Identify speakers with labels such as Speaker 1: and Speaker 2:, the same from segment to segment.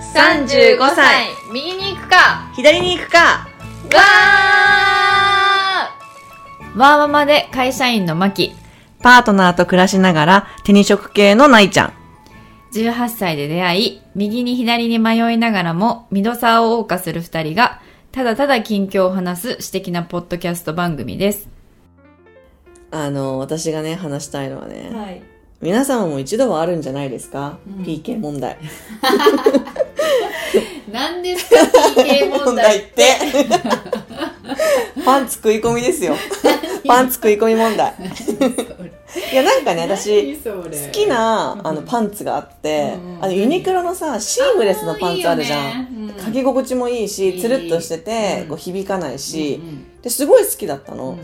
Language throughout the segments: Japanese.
Speaker 1: 45歳
Speaker 2: 右に行くか
Speaker 1: 左に行くか
Speaker 2: わー
Speaker 3: わーままで会社員のマキ。
Speaker 1: パートナーと暮らしながら手に職系のないちゃん
Speaker 3: 18歳で出会い、右に左に迷いながらも、ミドサーを謳歌する二人が、ただただ近況を話す私的なポッドキャスト番組です。
Speaker 1: あの私がね話したいのはね、
Speaker 3: はい。
Speaker 1: 皆様も一度はあるんじゃないですか、
Speaker 3: うん
Speaker 1: PK 問題
Speaker 2: 何ですか PK 問題
Speaker 1: ってパンツ食い込みですよパンツ食い込み問題いやなんかね私
Speaker 2: 好
Speaker 1: 好きなあのパンツがあって、
Speaker 2: うんうん
Speaker 1: あのユニクロのさシームレスのパンツあるじゃん
Speaker 2: ん
Speaker 1: かけ心地もいいし
Speaker 2: いい
Speaker 1: つるっとしてて、
Speaker 2: うん
Speaker 1: こう響かないし、ですごい好きだったの、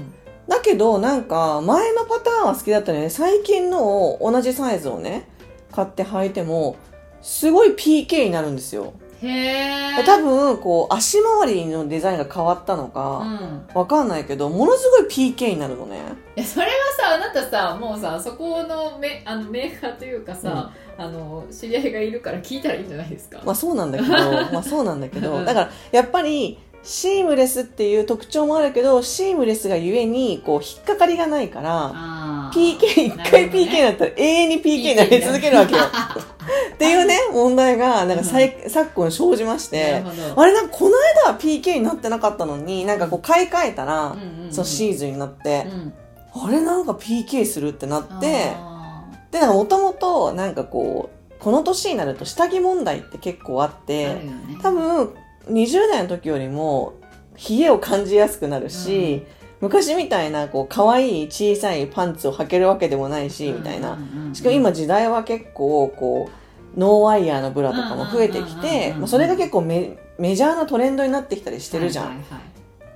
Speaker 1: だけどなんか前のパターンは好きだったのよね最近のを同じサイズをね買って履いてもすごい PK になるんですよ
Speaker 2: へ
Speaker 1: で
Speaker 2: え
Speaker 1: 多分こう足回りのデザインが変わったの
Speaker 2: う
Speaker 1: か、
Speaker 2: ん
Speaker 1: わかんないけどものすごい PK になるのね
Speaker 2: いやそれはさあなたさもうさそこのめあのメーカーというかさ、あの知り合いがいるから聞いたらいいんじゃないですか、
Speaker 1: まあそうなん だけどまあそうなんだけ
Speaker 2: う
Speaker 1: ど
Speaker 2: ん
Speaker 1: だからやっぱりシームレスっていう特徴もあるけどシームレスがゆえにこう引っかかりがないから
Speaker 2: あー
Speaker 1: PK、一
Speaker 2: なる
Speaker 1: 回
Speaker 2: ほどね
Speaker 1: PK になったら永遠に PK になり続けるわけよ。 っていうね、問題が、なんかさい、昨今生じまして、
Speaker 2: なるほど
Speaker 1: あれなんかこの間は PK になってなかったのに、なんかこう買い替えたら、
Speaker 2: うんうん
Speaker 1: そうシーズンになって
Speaker 2: う、ん
Speaker 1: あれなんか PK するってなって、
Speaker 2: あ
Speaker 1: で、なんかもともと、なんかこう、この年になると下着問題って結構あっ
Speaker 2: ーあるよ
Speaker 1: て、
Speaker 2: ね
Speaker 1: 多分、20代の時よりも、冷えを感じやすくなるし、昔みたいな、こう、可愛い小さいパンツを履けるわけでもないし、みたいな。しかも今時代は結構こうノーワイヤーのブラとかも増えて
Speaker 2: う
Speaker 1: き
Speaker 2: んうんうんうん
Speaker 1: て
Speaker 2: うん
Speaker 1: まあそれが結構メメジャーなトレンドになってきたりしてるじゃん、
Speaker 2: はいはいはい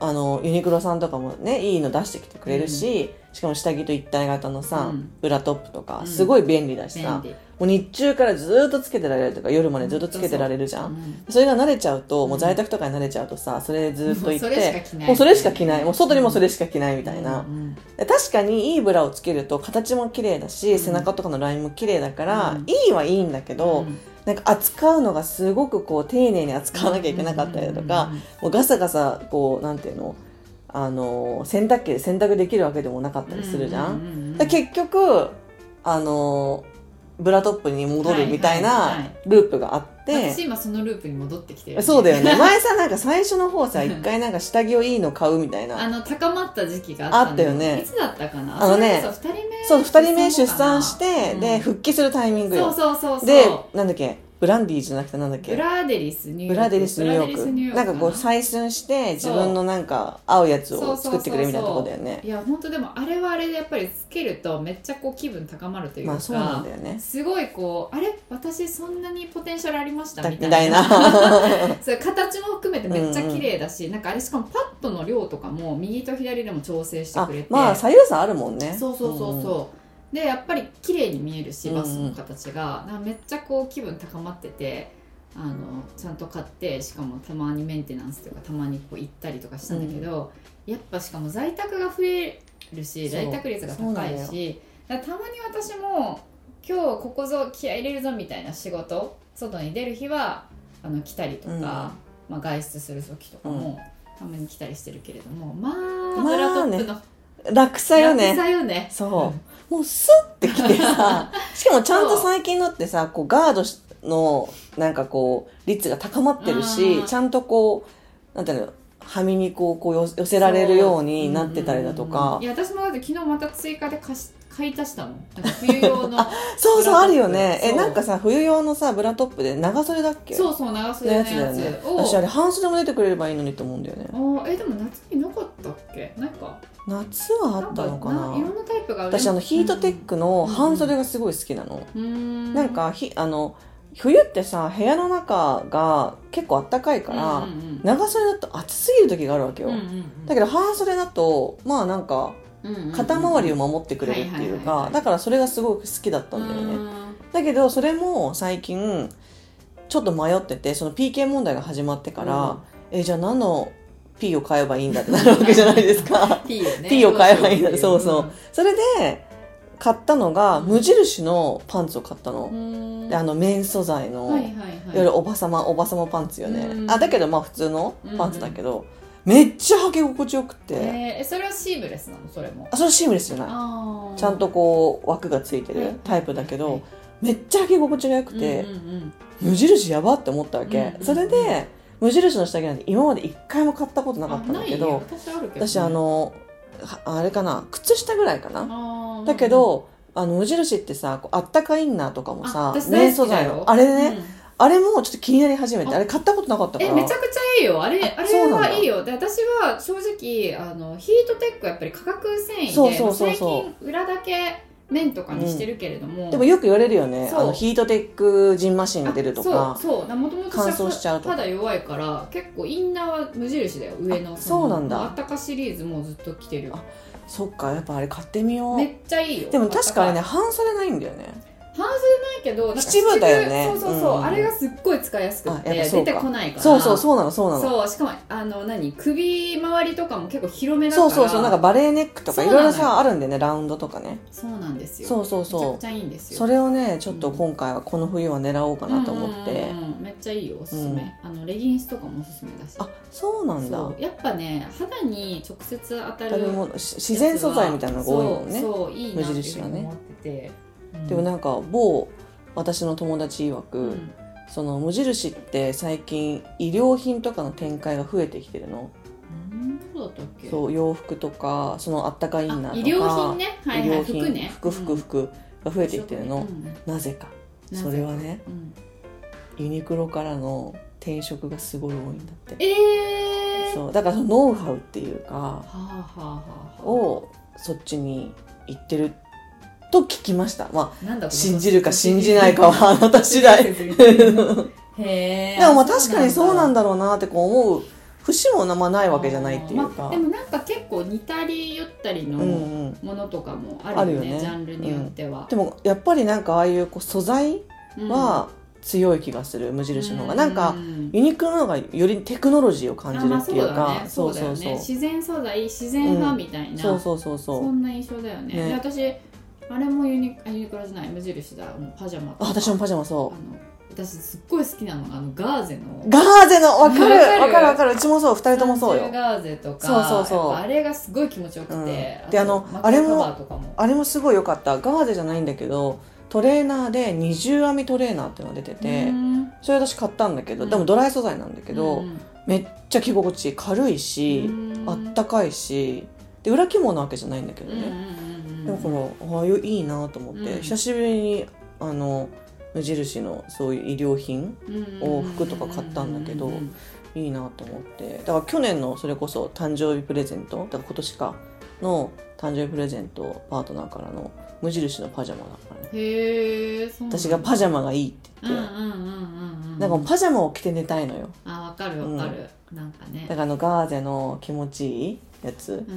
Speaker 1: あのユニクロさんとかもねいいの出してきてくれるし、しかも下着と一体型のさ、
Speaker 2: うん
Speaker 1: ブラトップとか
Speaker 2: うん
Speaker 1: すごい便利だしさ、
Speaker 2: 便利
Speaker 1: もう日中からずーっとつけてられるとか夜までずっとつけてられるじゃん、
Speaker 2: うん
Speaker 1: それが慣れちゃうと、もう在宅とかに慣れちゃうとさ、それずーっと
Speaker 2: も
Speaker 1: いうっ
Speaker 2: それしてか着ない
Speaker 1: もうそれしか着ないもう外にもそれしか着ないみたい
Speaker 2: う
Speaker 1: な、
Speaker 2: んうん
Speaker 1: で確かにいいブラをつけると形も綺麗だし、
Speaker 2: うん
Speaker 1: 背中とかのラインも綺麗だから、
Speaker 2: うん
Speaker 1: いいはいいんだけ
Speaker 2: う
Speaker 1: ど、
Speaker 2: ん
Speaker 1: なんか扱うのがすごくこう丁寧に扱わなきゃいけなかったりだとか、
Speaker 2: うんうん
Speaker 1: もうガサガサこうなんていうのあの洗濯機で洗濯できるわけでもなかったりするじゃん。
Speaker 2: ううううん
Speaker 1: で結局あのブラトップに戻るみた
Speaker 2: はい
Speaker 1: い
Speaker 2: はいは
Speaker 1: ないループがあって。
Speaker 2: 私今そのループに戻ってきてる
Speaker 1: そうだよね 前さなんか最初の方さ一回なんか下着をいいの買うみたいな
Speaker 2: あの高まった時期があったんだ
Speaker 1: あったよね
Speaker 2: いつだったかな
Speaker 1: あのね
Speaker 2: それこそ二人目
Speaker 1: そう、二人目出産して、
Speaker 2: うん
Speaker 1: で、復帰するタイミング
Speaker 2: そう
Speaker 1: よ。
Speaker 2: そうそうそう
Speaker 1: で、なんだっけ、ブランディーじゃなくてなんだっ
Speaker 2: ブ
Speaker 1: け、
Speaker 2: ラデリスニューヨーク
Speaker 1: ブラデリスニュー
Speaker 2: ブ
Speaker 1: ヨ
Speaker 2: ラデリスニュ
Speaker 1: ー
Speaker 2: ヨ
Speaker 1: ク。なんかこう、
Speaker 2: な
Speaker 1: 採寸して、自
Speaker 2: そう
Speaker 1: 分のなんか、合うやつ
Speaker 2: そ
Speaker 1: を
Speaker 2: うそう
Speaker 1: 作ってくれみたいなとこだよね。
Speaker 2: いや本当でもあれはあれでやっぱりつけるとめっちゃこう気分高まるというか、
Speaker 1: まあ、そうなんだよね。
Speaker 2: すごいこうあれ私そんなにポテンシャルありましたみ
Speaker 1: み
Speaker 2: たい
Speaker 1: たい
Speaker 2: な
Speaker 1: な。
Speaker 2: そう形も含めてめっちゃ綺麗だし、なんかあれしかもパッドの量とかも右と左でも調整して
Speaker 1: あ
Speaker 2: くれて、
Speaker 1: まあ、左右差あるもんね。
Speaker 2: そうそうそうそう、でやっぱり綺麗に見えるし
Speaker 1: うんうん
Speaker 2: バスの形が、なんかめっちゃこう気分高まっててあのちゃんと買ってしかもたまにメンテナンスというかたまにこう行ったりとかしたんだけど、やっぱしかも在宅が増えるし
Speaker 1: そう
Speaker 2: 在宅率が
Speaker 1: そうな
Speaker 2: 高
Speaker 1: の
Speaker 2: い
Speaker 1: よ
Speaker 2: しだからたまに私も今日ここぞ気合い入れるぞみたいな仕事外に出る日はあの来たりとか、
Speaker 1: うん
Speaker 2: まあ、外出する時とかも、たまに来たりしてるけれどもまあ、
Speaker 1: まあね
Speaker 2: ブラトップの
Speaker 1: うん楽さよ
Speaker 2: 楽
Speaker 1: ね。
Speaker 2: さよね
Speaker 1: そう。もう、スッてき てさ、しかもちゃんと最近のってさ、こう、ガードしの、なんかこう、率が高まってる
Speaker 2: う
Speaker 1: し、
Speaker 2: ん
Speaker 1: ちゃんとこう、なんていうの、はみ肉をこうよ寄せられるようになってたりだと
Speaker 2: うんうんう
Speaker 1: か
Speaker 2: んい。や私もだって昨日また追加で貸し買い足したもんなんか冬用の
Speaker 1: そうそう、あるよね。
Speaker 2: そう
Speaker 1: え、なんかさ、冬用のさ、ブラトップで長袖だっけ
Speaker 2: そうそう長袖の
Speaker 1: の
Speaker 2: や
Speaker 1: や
Speaker 2: つ
Speaker 1: つだよね。
Speaker 2: を
Speaker 1: 私あれ、半袖も出てくれればいいのにと思うんだよね。
Speaker 2: あえでも夏になかったっけなんか
Speaker 1: 夏はあったのかなん
Speaker 2: いろんなタイプがある
Speaker 1: 私、あの、ヒートテックの
Speaker 2: うん
Speaker 1: 半袖がすごい好きなの。
Speaker 2: うん
Speaker 1: なんか、ひ、あの、冬ってさ、部屋の中が結構あったかいから、
Speaker 2: うんうん
Speaker 1: 長袖だと暑すぎる時があるわけよ、
Speaker 2: うんうんうん
Speaker 1: だけど半袖だとまあなんか
Speaker 2: うんうんうん
Speaker 1: 肩周りを守ってくれるっていう
Speaker 2: はいはいはいは
Speaker 1: か
Speaker 2: い
Speaker 1: だからそれがすごく好きだったんだよね、だけどそれも最近ちょっと迷っててその PK 問題が始まってから、えじゃあ何の P を買えばいいんだってなるわけじゃないですか
Speaker 2: うん P をね
Speaker 1: P を買えばいいんだ
Speaker 2: どうし
Speaker 1: そ
Speaker 2: よ
Speaker 1: うそうそれで買ったのが、
Speaker 2: うん
Speaker 1: 無印のパンツを買った
Speaker 2: う
Speaker 1: の。
Speaker 2: ん
Speaker 1: であの、綿素材の、
Speaker 2: はいはい
Speaker 1: いわゆ
Speaker 2: はい
Speaker 1: るおばさま、おばさまパンツよね。
Speaker 2: うん
Speaker 1: あ、だけどまあ普通のパンツだけど、めっちゃ履き心地よくて、
Speaker 2: えー、それはシームレスなのそれも
Speaker 1: あ、それシームレスじゃない。
Speaker 2: あー
Speaker 1: ちゃんとこう枠がついて
Speaker 2: はい
Speaker 1: るタイプだけど、
Speaker 2: はい
Speaker 1: めっちゃ履き心地が良くて、
Speaker 2: うんうんうん
Speaker 1: 無印やばって思ったわけ、
Speaker 2: うんうん
Speaker 1: それで無印の下着なんて今まで一回も買ったことなかったんだけ
Speaker 2: あない
Speaker 1: ど
Speaker 2: よ私あるけどね
Speaker 1: 私あのはあれかな靴下ぐらいかな、
Speaker 2: あー
Speaker 1: だけどあの無印ってさこうあったかインナーとかも
Speaker 2: あ
Speaker 1: さ
Speaker 2: 私大
Speaker 1: 綿
Speaker 2: 好
Speaker 1: 素
Speaker 2: きだ
Speaker 1: 材
Speaker 2: よ
Speaker 1: のあれね、
Speaker 2: うん
Speaker 1: あれもちょっと気になり始めて
Speaker 2: あ
Speaker 1: あれ買ったことなかったか
Speaker 2: え
Speaker 1: ら
Speaker 2: めちゃくちゃいいよあれ
Speaker 1: あ
Speaker 2: あ
Speaker 1: そ
Speaker 2: れ
Speaker 1: うなんだ
Speaker 2: はいいよで私は正直あのヒートテックはやっぱり化学繊維で
Speaker 1: そうそうそうそう
Speaker 2: 最近裏だけ面とかにしてるけれども、
Speaker 1: でもよく言われるよね
Speaker 2: そう
Speaker 1: あのヒートテックジンマシンが出るとか
Speaker 2: あそうそうもともと
Speaker 1: 乾燥しちゃうとか
Speaker 2: 肌弱いから結構インナーは無印だよ上の
Speaker 1: あそうなんだ
Speaker 2: あったかシリーズもうずっと着てるよ
Speaker 1: そっかやっぱあれ買ってみよ
Speaker 2: めっ
Speaker 1: う
Speaker 2: ちゃいいよ
Speaker 1: でも確かにね
Speaker 2: あっ
Speaker 1: 半袖ないんだよね
Speaker 2: たかい半袖ないけどなんか
Speaker 1: 七分だよね
Speaker 2: 七分そうそうそう、
Speaker 1: うん
Speaker 2: あれがすっごい使いやすく
Speaker 1: あや
Speaker 2: て
Speaker 1: っぱそう
Speaker 2: 出
Speaker 1: か
Speaker 2: てこないから
Speaker 1: そうそうそうなのそうなの
Speaker 2: そうしかもあの何首周りとかも結構広めだか
Speaker 1: そ
Speaker 2: ら
Speaker 1: うそうそうなんかバレーネックとか
Speaker 2: そう
Speaker 1: い
Speaker 2: なの
Speaker 1: ろい
Speaker 2: よ
Speaker 1: ろさあるんでねラウンドとかね
Speaker 2: そうなんですよ
Speaker 1: そうそう
Speaker 2: め
Speaker 1: そ
Speaker 2: ちゃくちゃいいんで
Speaker 1: う
Speaker 2: すよ
Speaker 1: それをねちょっと今回はこの冬は狙おうかなと思って
Speaker 2: うんうんうんめっちゃいいよおすすめ、あのレギンスとかもおすすめだし
Speaker 1: あそうなんだ
Speaker 2: そうやっぱね肌に直接当たる
Speaker 1: 食べ物し自然素材みたいなのが多いもんね
Speaker 2: そうそういいなっていうふうに
Speaker 1: 無印はね
Speaker 2: 思ってて、うん
Speaker 1: でもなんか某私の友達曰く、
Speaker 2: うん
Speaker 1: その無印って最近衣料品とかの展開が増えてきてるの
Speaker 2: うんどうだったっけ
Speaker 1: そう洋服とかそのあったかいインナーと
Speaker 2: あ
Speaker 1: か
Speaker 2: 医療品ねはいはい
Speaker 1: 衣料
Speaker 2: 服ね
Speaker 1: 服服服が増えてきてるの、なぜか
Speaker 2: なぜか
Speaker 1: それはね
Speaker 2: うんうん
Speaker 1: ユニクロからの転職がすごい多いんだって
Speaker 2: えー、は
Speaker 1: そうだからそのノウハウっていうか
Speaker 2: あはあはあは
Speaker 1: をそっちに行ってると聞きましたま
Speaker 2: あなんだ
Speaker 1: あ
Speaker 2: この
Speaker 1: 信じるか信じないかはあなた次第
Speaker 2: へえ
Speaker 1: でもまあ確かにそうなん
Speaker 2: だ
Speaker 1: だろうなってこう思う節もまあないわけじゃないっていう
Speaker 2: まあ
Speaker 1: か
Speaker 2: でもなんか結構似たり寄ったり
Speaker 1: う
Speaker 2: の、
Speaker 1: んうん
Speaker 2: ものとかもあるよね
Speaker 1: あるよね
Speaker 2: ジャンルによっては
Speaker 1: で、もやっぱりなんかああいうこう素材
Speaker 2: うん
Speaker 1: は強い気がする無印の方がな
Speaker 2: う
Speaker 1: んか
Speaker 2: ん
Speaker 1: ユニクロの方がよりテクノロジーを感じる
Speaker 2: あまあ
Speaker 1: っていうか
Speaker 2: そ
Speaker 1: そうう
Speaker 2: だよ
Speaker 1: そ
Speaker 2: ねそうだよ
Speaker 1: うそう
Speaker 2: ね自然素材自然派みたいな、
Speaker 1: そうそうそうそう
Speaker 2: そんな印象だよね
Speaker 1: ね
Speaker 2: で私あれもユニあユニクロじゃない無印だもうパジャマと
Speaker 1: あ
Speaker 2: か
Speaker 1: 私もパジャマ
Speaker 2: あ
Speaker 1: そ
Speaker 2: の私すっごい好きなのがあのガーゼの
Speaker 1: うガーゼのわかる
Speaker 2: わかる
Speaker 1: わかるわかるうちもそう二人ともそう
Speaker 2: サンチュ
Speaker 1: よ
Speaker 2: ガーゼとか
Speaker 1: そうそうそう
Speaker 2: やっぱあれがすごい気持ちよくて、
Speaker 1: うんで
Speaker 2: と
Speaker 1: あの
Speaker 2: 枕
Speaker 1: あれも
Speaker 2: カバーとかも
Speaker 1: あれもすごい良かったガーゼじゃないんだけどトレーナーで二重編みトレーナーっていうのが出てて
Speaker 2: うん
Speaker 1: それ私買ったんだけど
Speaker 2: うん
Speaker 1: でもドライ素材なんだけ
Speaker 2: う
Speaker 1: ど
Speaker 2: ん
Speaker 1: めっちゃ着心地いい軽いし
Speaker 2: うん
Speaker 1: あったかいしで裏起毛なわけじゃないんだけど
Speaker 2: うんうん
Speaker 1: ね
Speaker 2: うんうん
Speaker 1: だからああいういいなと思って
Speaker 2: うん
Speaker 1: 久しぶりにあの無印のそういう衣料品を服とか買ったんだけど
Speaker 2: うんうんうん
Speaker 1: いいなと思ってだから去年のそれこそ誕生日プレゼントだから今年かの誕生日プレゼントパートナーからの無印のパジャマだからね
Speaker 2: へえそうなんだ
Speaker 1: 私がパジャマがいいって
Speaker 2: うん
Speaker 1: 言
Speaker 2: う
Speaker 1: っ
Speaker 2: ん
Speaker 1: て、
Speaker 2: うんうんうん
Speaker 1: なんかもうパジャマを着て寝たいのよ
Speaker 2: あわかるわかる、なんかね
Speaker 1: だからあのガーゼの気持ちいいやつ
Speaker 2: うん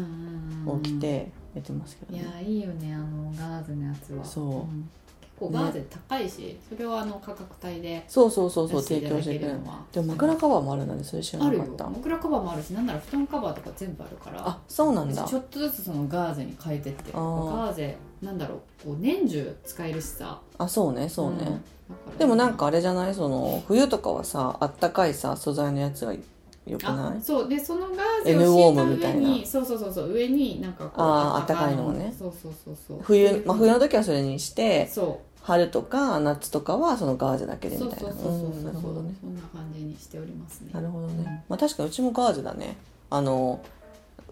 Speaker 2: うんうん
Speaker 1: を着て寝てますけど
Speaker 2: い
Speaker 1: ね、
Speaker 2: やいいよねあのガーゼのやつは
Speaker 1: そうん
Speaker 2: 結構ガーゼ高いし、それはあの価格帯で
Speaker 1: そうそうそうそう
Speaker 2: 出して
Speaker 1: 提
Speaker 2: いた
Speaker 1: 供
Speaker 2: だ
Speaker 1: し
Speaker 2: け
Speaker 1: てくれ
Speaker 2: る
Speaker 1: る
Speaker 2: のは
Speaker 1: でも枕カバーもあるなんでそれ知ら
Speaker 2: あ
Speaker 1: な
Speaker 2: る
Speaker 1: か
Speaker 2: よ
Speaker 1: った
Speaker 2: 枕カバーもあるしなんなら布団カバーとか全部あるから
Speaker 1: あそうなんだ
Speaker 2: ちょっとずつそのガーゼに変えてって
Speaker 1: あ
Speaker 2: ガ
Speaker 1: ー
Speaker 2: ーゼなんだろうこう年中使えるしさ
Speaker 1: あそうねそうね、
Speaker 2: んだから
Speaker 1: でもなんかあれじゃないその冬とかはさあったかいさ素材のやつがよくな
Speaker 2: あ
Speaker 1: い
Speaker 2: そうでそのガーゼ
Speaker 1: N ウォ
Speaker 2: を敷
Speaker 1: ー
Speaker 2: いた
Speaker 1: ムみた
Speaker 2: 上
Speaker 1: いな
Speaker 2: にそうそうそうそう上になんかこう
Speaker 1: あ
Speaker 2: 暖
Speaker 1: ー暖かいのをね
Speaker 2: そうそうそうそう
Speaker 1: 冬,、まあ、冬の時はそれにして
Speaker 2: そう
Speaker 1: 春とか夏とかはそのガーゼだけで
Speaker 2: そ
Speaker 1: み
Speaker 2: う
Speaker 1: たい
Speaker 2: そう
Speaker 1: な
Speaker 2: そうそうそう
Speaker 1: うんなるほどね
Speaker 2: そんな感じにしておりますね
Speaker 1: なるほどね、まあ、確かにうちもガーゼだねあの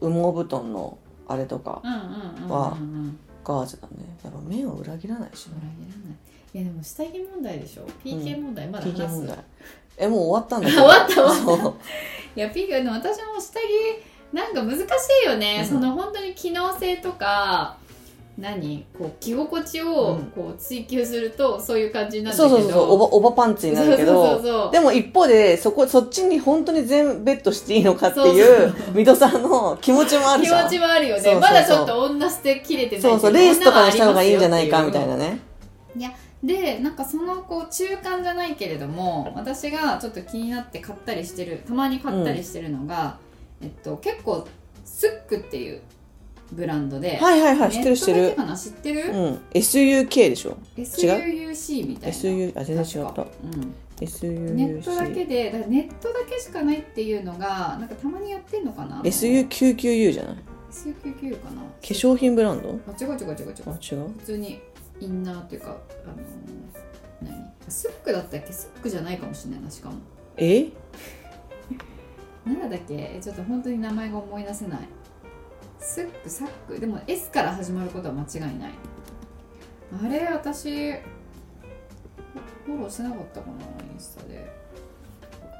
Speaker 1: 羽毛布団のあれとか
Speaker 2: うんうんうん
Speaker 1: は
Speaker 2: うんうん
Speaker 1: ガーゼだねやっぱ面を裏切らないし
Speaker 2: 裏切ら
Speaker 1: ね
Speaker 2: ないいやでも下着問題でしょ PK 問題まだ
Speaker 1: PK
Speaker 2: 話す、
Speaker 1: 問
Speaker 2: い
Speaker 1: 題えもう終わったんだ
Speaker 2: 終わった終
Speaker 1: わった
Speaker 2: や PK でも私も下着なんか難しいよね、
Speaker 1: うん
Speaker 2: その本当に機能性とか何こう着心地
Speaker 1: う
Speaker 2: を
Speaker 1: ん
Speaker 2: こう追求するとそういう感じになるん
Speaker 1: そ
Speaker 2: だ
Speaker 1: う
Speaker 2: けど
Speaker 1: そうそうそうおばおばパンツになる
Speaker 2: そ
Speaker 1: け
Speaker 2: うそう
Speaker 1: ど
Speaker 2: そう
Speaker 1: でも一方でそこそっちに本当に全ベッドしていいのかって
Speaker 2: そ
Speaker 1: いうう水戸さんの気持ちもある
Speaker 2: 気
Speaker 1: じゃん
Speaker 2: 持ちはあるよね
Speaker 1: そうそうそう
Speaker 2: まだちょっと女捨て切れてないけ
Speaker 1: そ
Speaker 2: ど
Speaker 1: うそうレースとかにした方がいいんじゃないか
Speaker 2: 女はありますよってう
Speaker 1: みたいなね
Speaker 2: でなんかそのこう中間じゃないけれども私がちょっと気になって買ったりしてるたまに買ったりしてるのが、えっと、結構スックっていうブランドで、
Speaker 1: はいはいはい知
Speaker 2: ネ
Speaker 1: っ
Speaker 2: ッ
Speaker 1: て
Speaker 2: トだ
Speaker 1: る知って
Speaker 2: けかな知
Speaker 1: る
Speaker 2: ってる、
Speaker 1: うん SUK でしょ
Speaker 2: SUUC みたいな
Speaker 1: SU あ全然違っ
Speaker 2: 確
Speaker 1: た
Speaker 2: かうん
Speaker 1: ？SUC
Speaker 2: ネットだけでだからネットだけしかないっていうのがなんかたまにやってんのかな
Speaker 1: SU999 じゃない化
Speaker 2: SUQQ かな化
Speaker 1: 粧品ブランド
Speaker 2: あ違う違う違う違
Speaker 1: あ
Speaker 2: う
Speaker 1: 違う
Speaker 2: 普通にインナーっていうかあの何スックだったっけスックじゃないかもしれないなしかも
Speaker 1: え
Speaker 2: なんだっけえちょっと本当に名前が思い出せないスックサックでも S から始まることは間違いないあれ私フォローしてなかったかなインスタで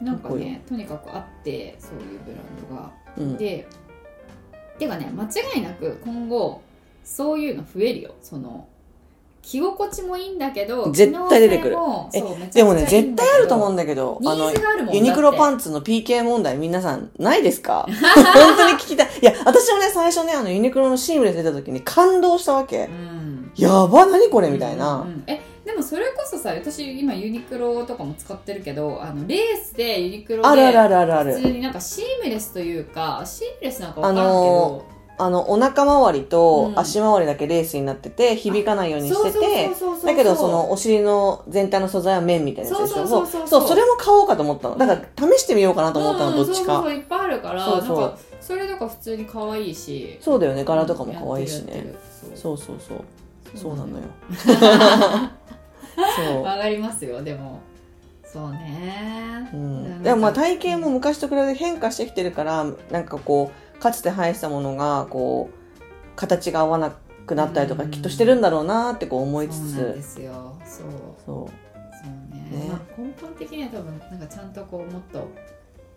Speaker 2: なんか
Speaker 1: どこよ
Speaker 2: ねとにかくあってそういうブランドが
Speaker 1: うん
Speaker 2: でてかね間違いなく今後そういうの増えるよその着心地もいいんだけど
Speaker 1: 絶対出てくる
Speaker 2: 機能性もそうめち
Speaker 1: で
Speaker 2: ゃ
Speaker 1: も
Speaker 2: く
Speaker 1: ね
Speaker 2: ちゃいいん
Speaker 1: 絶
Speaker 2: だけ
Speaker 1: 対あると思うんだけど
Speaker 2: ニ
Speaker 1: あの
Speaker 2: ーズがあるもん
Speaker 1: ユニクロパ
Speaker 2: ン
Speaker 1: ンツの PK 問題皆さんないで すか本当に聞きたい。いや、私もね、最初ね、あのユニクロのシームレス出た時に感動したわけ。やば、何これみたいな。
Speaker 2: えでもそれこそさ私今ユニクロとかも使ってるけどあのレースでユニクロで
Speaker 1: あるあるあるあるあ
Speaker 2: 普通
Speaker 1: る。
Speaker 2: になんかシームレスというかシームレスなんかわ
Speaker 1: あ
Speaker 2: からんけ
Speaker 1: の
Speaker 2: ど、
Speaker 1: あの、お腹周りと
Speaker 2: うん
Speaker 1: 足周りだけレースになってて、響かないようにしてて、
Speaker 2: そうそうそうそうそう
Speaker 1: だけどそのお尻の全体の素材は綿みたいなやつでしょ
Speaker 2: そうそうそうそう
Speaker 1: そうそれも買おうかと思ったのだから試してみようかなと思った
Speaker 2: うん
Speaker 1: のどっち
Speaker 2: そうそうそ
Speaker 1: か
Speaker 2: ういっぱいあるから
Speaker 1: そうそう
Speaker 2: なんかそれとか普通に可愛いし
Speaker 1: そうだよね柄とかも可愛いし
Speaker 2: やってる
Speaker 1: ね
Speaker 2: やってるそう
Speaker 1: そうそうそう そうなのよそう
Speaker 2: わかりますよでもそうねな
Speaker 1: う
Speaker 2: ん
Speaker 1: ん、
Speaker 2: か
Speaker 1: でもまあ体型も昔と比べて変化してきてるからなんかこうかつて生えてたものがこう形が合わなくなったりとか
Speaker 2: うん
Speaker 1: きっとしてるんだろうなってこう思いつ
Speaker 2: そうなんで
Speaker 1: つ
Speaker 2: すよそう
Speaker 1: そう
Speaker 2: そうね
Speaker 1: ね
Speaker 2: まあ、根本的には多分なんかちゃんとこうもっとなんか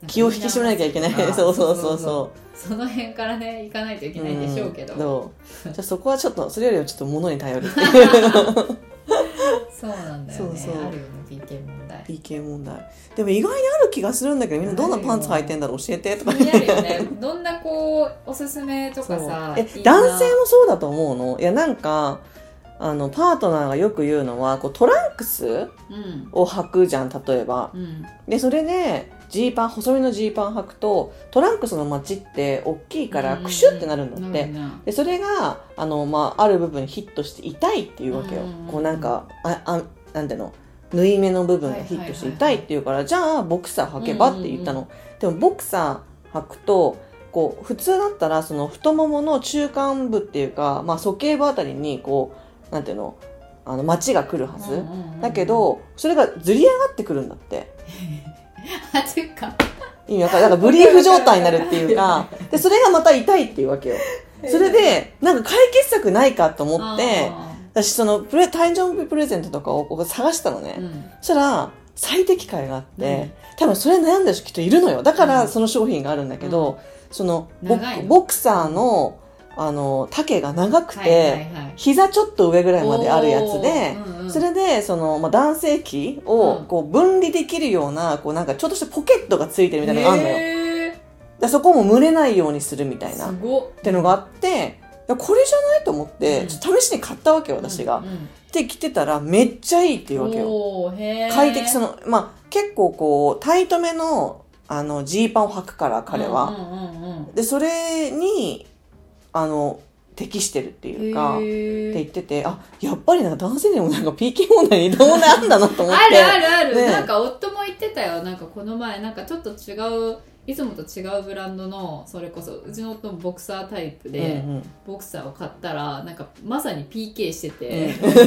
Speaker 1: 気を引き締めなきゃいけない
Speaker 2: みんな
Speaker 1: そうそうそう
Speaker 2: そ
Speaker 1: そう
Speaker 2: その辺からね行かないというけないでしょうけど、
Speaker 1: んどうじゃあそこはちょっとそれよりはちょっと物 に頼るっていう
Speaker 2: そうなんだよね
Speaker 1: そうそう
Speaker 2: あるよね PK 問題
Speaker 1: PK 問題でも意外にある気がするんだけどみんなどんなパンツ履いてんだろう教えてと
Speaker 2: 気
Speaker 1: か
Speaker 2: になるよねどんなこうおすすめと
Speaker 1: そ
Speaker 2: か
Speaker 1: う
Speaker 2: さ
Speaker 1: え
Speaker 2: いいな
Speaker 1: 男性もそうだと思うのいやなんかあのパートナーがよく言うのはこうトランクス
Speaker 2: うん
Speaker 1: を履くじゃん例えば
Speaker 2: うん
Speaker 1: でそれでジーパン細身のジーパン履くとトランクスのマチって大きいからクシュってなるんだっ
Speaker 2: な
Speaker 1: て、
Speaker 2: るな
Speaker 1: でそれがあの、まあ、ある部分にヒットして痛いっていうわけよ、
Speaker 2: うんうんうん
Speaker 1: こうなんかああなんていうの縫い目の部分がヒットして痛いっていうから、じゃあボクサー履けばって言ったの、でもボクサー履くとこう普通だったらその太ももの中間部っていうか、まあ、鼠径部あたりにこうなんていうのあのマチが来るはず、
Speaker 2: うんうんうん
Speaker 1: だけどそれがずり上がってくるんだって。
Speaker 2: あていうか
Speaker 1: 意味わかるだからブリーフ状態になるっていうかでそれがまた痛いっていうわけよそれでなんか解決策ないかと思って
Speaker 2: あ
Speaker 1: 私そのプレ誕生日プレゼントとかをここ探したのね、
Speaker 2: ーうん
Speaker 1: そしたら最適解があって、
Speaker 2: うん
Speaker 1: 多分それ悩んでる人きっといるのよだか
Speaker 2: う
Speaker 1: ら
Speaker 2: ん
Speaker 1: その商品があるんだけど、
Speaker 2: う
Speaker 1: そのボ
Speaker 2: 長いの
Speaker 1: ボクサーのあの丈が長くて、
Speaker 2: はいはいはい
Speaker 1: 膝ちょっと上ぐらいまであるやつで、
Speaker 2: おーうんうん
Speaker 1: それでその、まあ、男性器
Speaker 2: う
Speaker 1: を
Speaker 2: ん
Speaker 1: こう分離できるようなこうなんかちょっとしたポケットがついてるみたいなのがあるのよ、
Speaker 2: へー
Speaker 1: でそこも蒸れないようにするみたいな
Speaker 2: す
Speaker 1: っ
Speaker 2: ご
Speaker 1: てのがあっていやこれじゃないと思って、
Speaker 2: うん
Speaker 1: ちょっと試しに買ったわけよ私が。で着てたらめっちゃいいっていうわけよ。
Speaker 2: おーへー
Speaker 1: 快適そのまあ結構こうタイトめのあのジーパンを履くから彼は。
Speaker 2: うんうんうんうん
Speaker 1: でそれにあの適してるっていうか。
Speaker 2: へー
Speaker 1: って言ってて、あ、やっぱりなんか男性でもなんか PK 問題にどうなんだなと思っ
Speaker 2: あ
Speaker 1: て。
Speaker 2: るあるある、
Speaker 1: ね
Speaker 2: なんか夫も言ってたよなんかこの前なんかちょっと違ういつもと違うブランドのそれこそうちの夫もボクサータイプで、
Speaker 1: うんうん
Speaker 2: ボクサーを買ったらなんかまさに PK してて、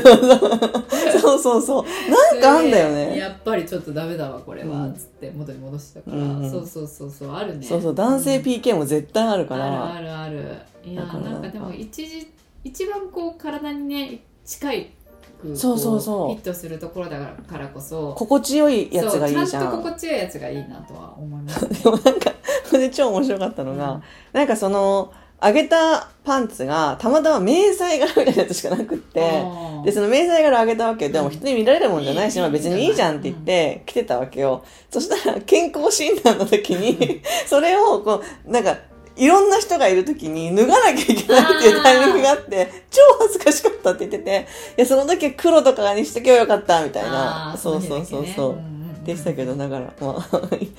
Speaker 1: そうそうそう。なんかあんだよ
Speaker 2: それで
Speaker 1: ね。
Speaker 2: やっぱりちょっとダメだわこれは、
Speaker 1: うん
Speaker 2: つって元に戻したから、
Speaker 1: うんうん
Speaker 2: そうそうそうそうあるね
Speaker 1: そうそう、男性
Speaker 2: うん
Speaker 1: PK も絶対あるから。
Speaker 2: あるあるあるいや
Speaker 1: だから
Speaker 2: なんかでも一時一番こう体にね近いこ
Speaker 1: そうそうそう
Speaker 2: フィットするところだからからこそ
Speaker 1: 心地よいやつがい
Speaker 2: そ
Speaker 1: いじ
Speaker 2: う
Speaker 1: ゃ
Speaker 2: ちゃん
Speaker 1: ん。
Speaker 2: と心地よいやつがいいなとは思いますね
Speaker 1: でもなんか、これで超面白かったのが、
Speaker 2: うん
Speaker 1: なんかその、あげたパンツが、たまたま迷彩柄みたいなやつしかなくって、
Speaker 2: あー
Speaker 1: で、その迷彩柄あげたわけよ。で
Speaker 2: う
Speaker 1: も
Speaker 2: ん
Speaker 1: 人に見られるもんじゃないし、
Speaker 2: いい
Speaker 1: まあ別にいいじゃんって言って、着てたわけよ。そしたら、健康診断の時に、それをこう、なんか、いろんな人がいる時に脱がなきゃいけないっていうタイミングがあって、超恥ずかしかったって言ってて、いや、その時は黒とかにしとけばよかった、みたいな。
Speaker 2: あー
Speaker 1: そう
Speaker 2: の
Speaker 1: そう
Speaker 2: 日だけ
Speaker 1: そう
Speaker 2: ね
Speaker 1: そう。
Speaker 2: んん
Speaker 4: でしたけどながら、まあ、
Speaker 2: まあいいん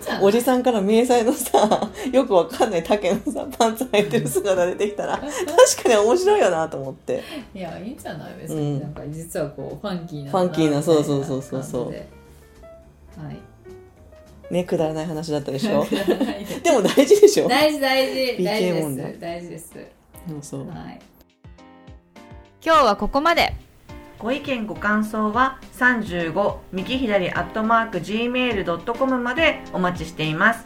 Speaker 2: じゃない
Speaker 4: おじさんから迷彩のさよくわかんない竹のさパンツ履いてる姿出てきたら確かに面白いよなと思って
Speaker 2: いやいいんじゃない別
Speaker 4: う
Speaker 2: に
Speaker 4: ん
Speaker 2: なんか実はこうファンキーな
Speaker 4: ファンキーな
Speaker 2: みたい
Speaker 4: そうそうそうそうそう
Speaker 2: 感じではい
Speaker 4: ねくだらない話だったで しょ
Speaker 2: 大事
Speaker 4: でも大事でしょ
Speaker 2: 大事大
Speaker 4: PK
Speaker 2: 事大事
Speaker 4: 問
Speaker 2: で
Speaker 4: 題
Speaker 2: す大事です
Speaker 4: そうそう
Speaker 2: はい
Speaker 5: 今日はここまで
Speaker 4: ご意見ご感想は35右左アットマーク gmail.com までお待ちしています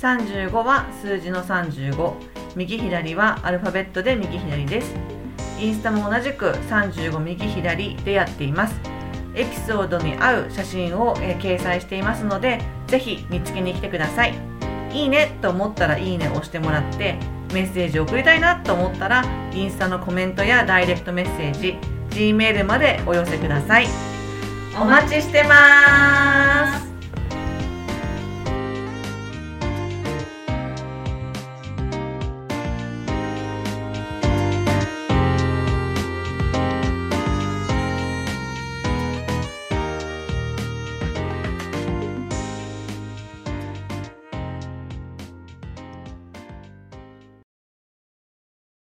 Speaker 4: 35は数字の35右左はアルファベットで右左ですインスタも同じく35右左でやっていますエピソードに合う写真を、えー掲載していますのでぜひ見つけに来てくださいいいねと思ったらいいねを押してもらってメッセージを送りたいなと思ったらインスタのコメントやダイレクトメッセージ G メールまでお寄せください。お待ちしてます。